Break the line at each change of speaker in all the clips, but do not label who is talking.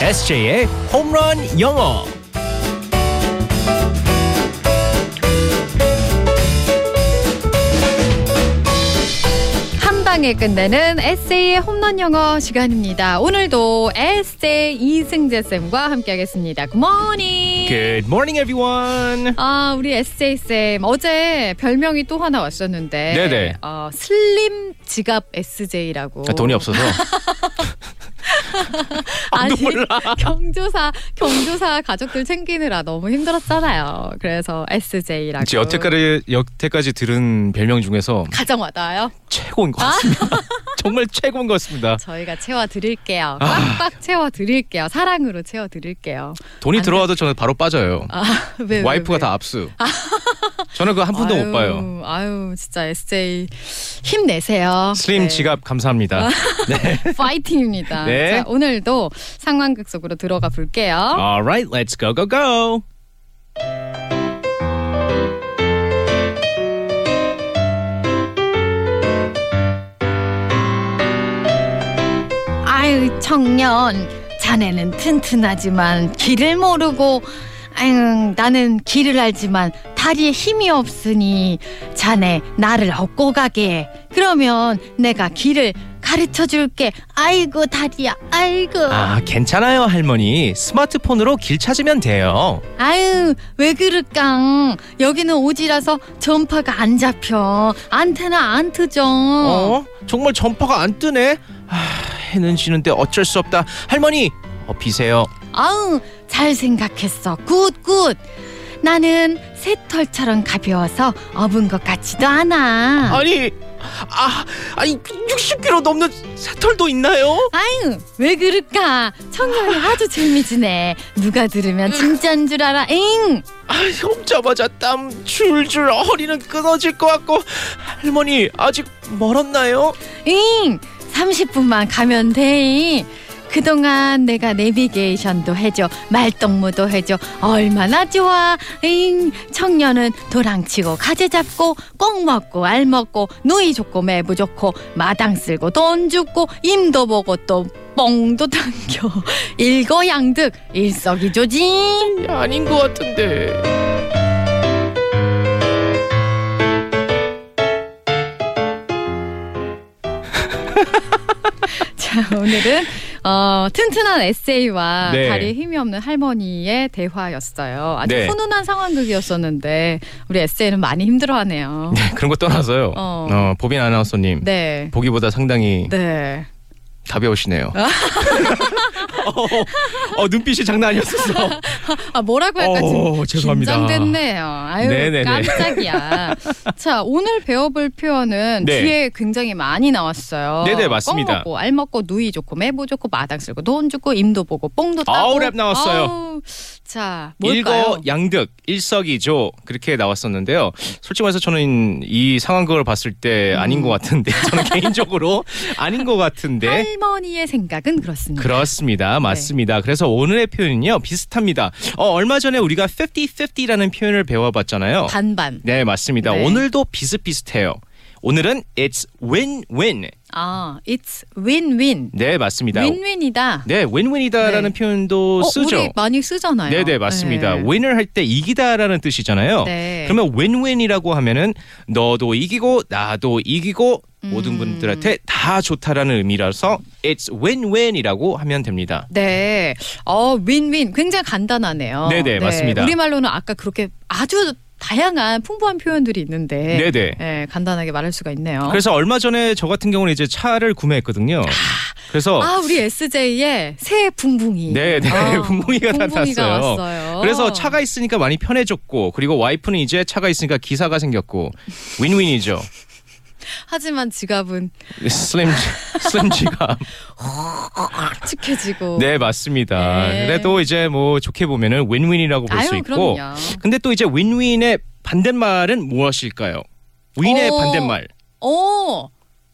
SJ의 홈런 영어.
한 방에 끝내는 에세이의 홈런 영어 시간입니다. 오늘도 에세이 이승재 쌤과 함께하겠습니다. 굿모닝.
Good morning, everyone.
아 우리 에세이 쌤 어제 별명이 또 하나 왔었는데.
네네.
어, 슬림 지갑 SJ라고.
아, 돈이 없어서
아니,
몰라.
경조사 경조사 가족들 챙기느라 너무 힘들었잖아요. 그래서 SJ라고.
제 여태까지 여태까지 들은 별명 중에서
가장 와닿아요.
최고인 것 같습니다. 정말 최고인 것 같습니다.
저희가 채워드릴게요. 꽉꽉 채워드릴게요. 사랑으로 채워드릴게요.
돈이
안
들어와도 저는 바로 빠져요.
아, 왜, 왜,
와이프가
왜?
다 압수. 저는 그거 한 푼도
아유,
못 봐요.
아유, 진짜 SJ 힘내세요.
슬림
네.
지갑 감사합니다.
파이팅입니다.
네.
자, 오늘도 상황극 속으로 들어가 볼게요.
All right, let's go go go.
아유, 청년, 자네는 튼튼하지만 길을 모르고 아유, 나는 길을 알지만 다리에 힘이 없으니 자네 나를 업고 가게. 그러면 내가 길을 가르쳐 줄게. 아이고 다리야. 아이고.
아, 괜찮아요, 할머니. 스마트폰으로 길 찾으면 돼요.
아유 왜 그럴까 여기는 오지라서 전파가 안 잡혀 안테나 안 트죠
어? 정말 전파가 안 뜨네. 아, 해는 지는데 어쩔 수 없다. 할머니, 어, 업히세요.
아우 잘 생각했어 굿굿 나는 새털처럼 가벼워서 업은 것 같지도 않아
아니, 아, 아니 60kg 넘는 새털도 있나요?
아유 왜 그럴까 청년이 아주 재미지네 누가 들으면 진짜인 줄 알아 잉
아, 험자마자 땀 줄줄 허리는 끊어질 것 같고 할머니 아직 멀었나요?
응, 30분만 가면 돼. 그동안 내가 내비게이션도 해줘, 말동무도 해줘. 얼마나 좋아. 응, 청년은 도랑치고 가재 잡고, 꽁 먹고, 알 먹고, 누이 좋고, 매부 좋고, 마당 쓸고, 돈 줍고, 임도 보고 또 뽕도 당겨. 일거양득, 일석이조지.
예, 아닌 것 같은데.
자, 오늘은 어, 튼튼한 에세이와
네.
다리에 힘이 없는 할머니의 대화였어요. 아주
네.
훈훈한 상황극이었었는데 우리 에세이는 많이 힘들어하네요.
그런 거 떠나서요.
어.
어, 보빈 아나운서님
네.
보기보다 상당히
네.
가벼우시네요. 어, 어, 눈빛이 장난 아니었었어.
아, 뭐라고 할까?
어,
지금
죄송합니다.
긴장됐네요. 아유,
네네네.
깜짝이야. 자, 오늘 배워볼 표현은
네.
뒤에 굉장히 많이 나왔어요.
네네, 맞습니다.
껌 먹고, 알 먹고, 누이 좋고, 매부 좋고, 마당 쓸고, 돈 주고, 임도 보고, 뽕도 따고.
아우, 랩 나왔어요.
아우, 자, 뭘까요?
일거 양득 일석이조 그렇게 나왔었는데요. 솔직히 말해서 저는 이 상황극을 봤을 때
음.
아닌 것 같은데 저는 개인적으로 아닌 것 같은데
할머니의 네. 생각은 그렇습니다.
그렇습니다. 맞습니다. 그래서 오늘의 표현은요. 비슷합니다. 어, 얼마 전에 우리가 50-50라는 표현을 배워봤잖아요.
반반.
네, 맞습니다.
네.
오늘도 비슷비슷해요. 오늘은 it's win-win.
아, it's win-win.
네, 맞습니다.
윈윈이다.
네, win-win이다라는
네.
표현도
어,
쓰죠.
우리 많이 쓰잖아요.
네, 네, 맞습니다.
네.
win을 할 때 이기다라는 뜻이잖아요.
네.
그러면 win-win이라고 하면은 너도 이기고 나도 이기고
음.
모든 분들한테 다 좋다라는 의미라서 it's win-win이라고 하면 됩니다.
네. 어, 윈윈 굉장히 간단하네요.
네, 네, 맞습니다.
우리말로는 아까 그렇게 아주 다양한 풍부한 표현들이 있는데
네, 네.
네, 간단하게 말할 수가 있네요.
그래서 얼마 전에 저 같은 경우는 이제 차를 구매했거든요. 그래서
아, 우리 SJ의 새 붕붕이.
네, 네,
아,
붕붕이가
붕붕이가
나타났어요.
왔어요.
그래서 차가 있으니까 많이 편해졌고 그리고 와이프는 이제 차가 있으니까 기사가 생겼고 윈윈이죠.
하지만 지갑은
슬램 슬램 지갑.
칙해지고.
네, 맞습니다.
어. 네.
그래도 이제 뭐 좋게 보면은 윈윈이라고 볼 수
아유,
있고.
그럼요.
근데 또 이제 윈윈의 반대말은 무엇일까요? 윈의
어.
반대말.
오,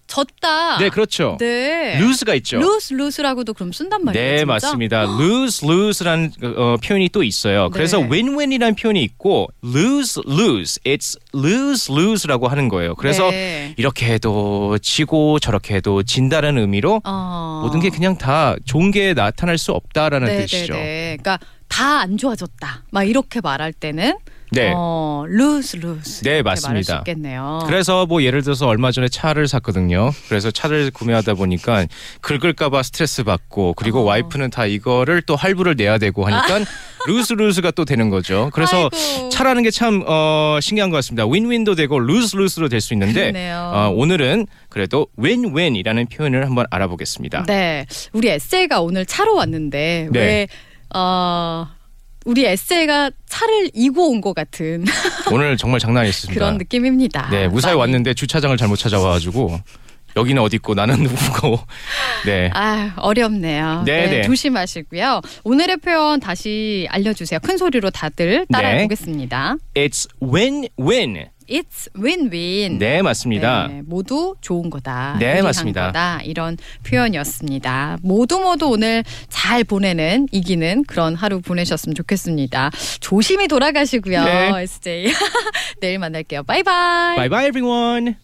졌다.
네, 그렇죠.
아. 네.
루즈가 있죠.
루스 루스라고도 그럼 쓴단 말이에요.
네,
진짜?
맞습니다. lose lose라는 어, 표현이 또 있어요. 그래서
네.
win-win이라는 표현이 있고 lose lose, it's lose lose라고 하는 거예요. 그래서
네.
이렇게 해도 지고 저렇게 해도 진다라는 의미로
어.
모든 게 그냥 다 좋은 게 나타날 수 없다라는
네네네.
뜻이죠.
그러니까 다 안 좋아졌다. 막 이렇게 말할 때는
네.
어, 루스 루스.
네,
이렇게 말할 수
맞습니다.
있겠네요.
그래서 뭐 예를 들어서 얼마 전에 차를 샀거든요. 그래서 차를 구매하다 보니까 긁을까봐 스트레스 받고 그리고
어.
와이프는 다 이거를 또 할부를 내야 되고 하니까 루스 루스가 또 되는 거죠. 그래서
아. 아이고.
차라는 게 참 어, 신기한 것 같습니다. 윈윈도 되고 루스 루스로 될 수 있는데
그러네요.
어, 오늘은 그래도 윈윈이라는 표현을 한번 알아보겠습니다.
네, 우리 에세이가 오늘 차로 왔는데
네.
왜 어, 우리 에세이가 차를 이고 온 것 같은
오늘 정말 장난 아니었습니다.
네. 그런 느낌입니다. 아,
네, 무사히
많이.
왔는데 주차장을 잘못 찾아와가지고 여기는 어디 있고 나는 누구고 네.
아 어렵네요.
네, 네.
조심하시고요. 오늘의 표현 다시 알려주세요. 큰 소리로 다들 따라해
네.
보겠습니다.
It's win-win.
It's win-win.
네, 맞습니다.
네, 모두 좋은 거다.
네,
유리한
맞습니다.
거다. 이런 표현이었습니다. 모두 모두 오늘 잘 보내는 이기는 그런 하루 보내셨으면 좋겠습니다. 조심히 돌아가시고요.
네.
SJ. 내일 만날게요. 바이바이.
Bye bye everyone.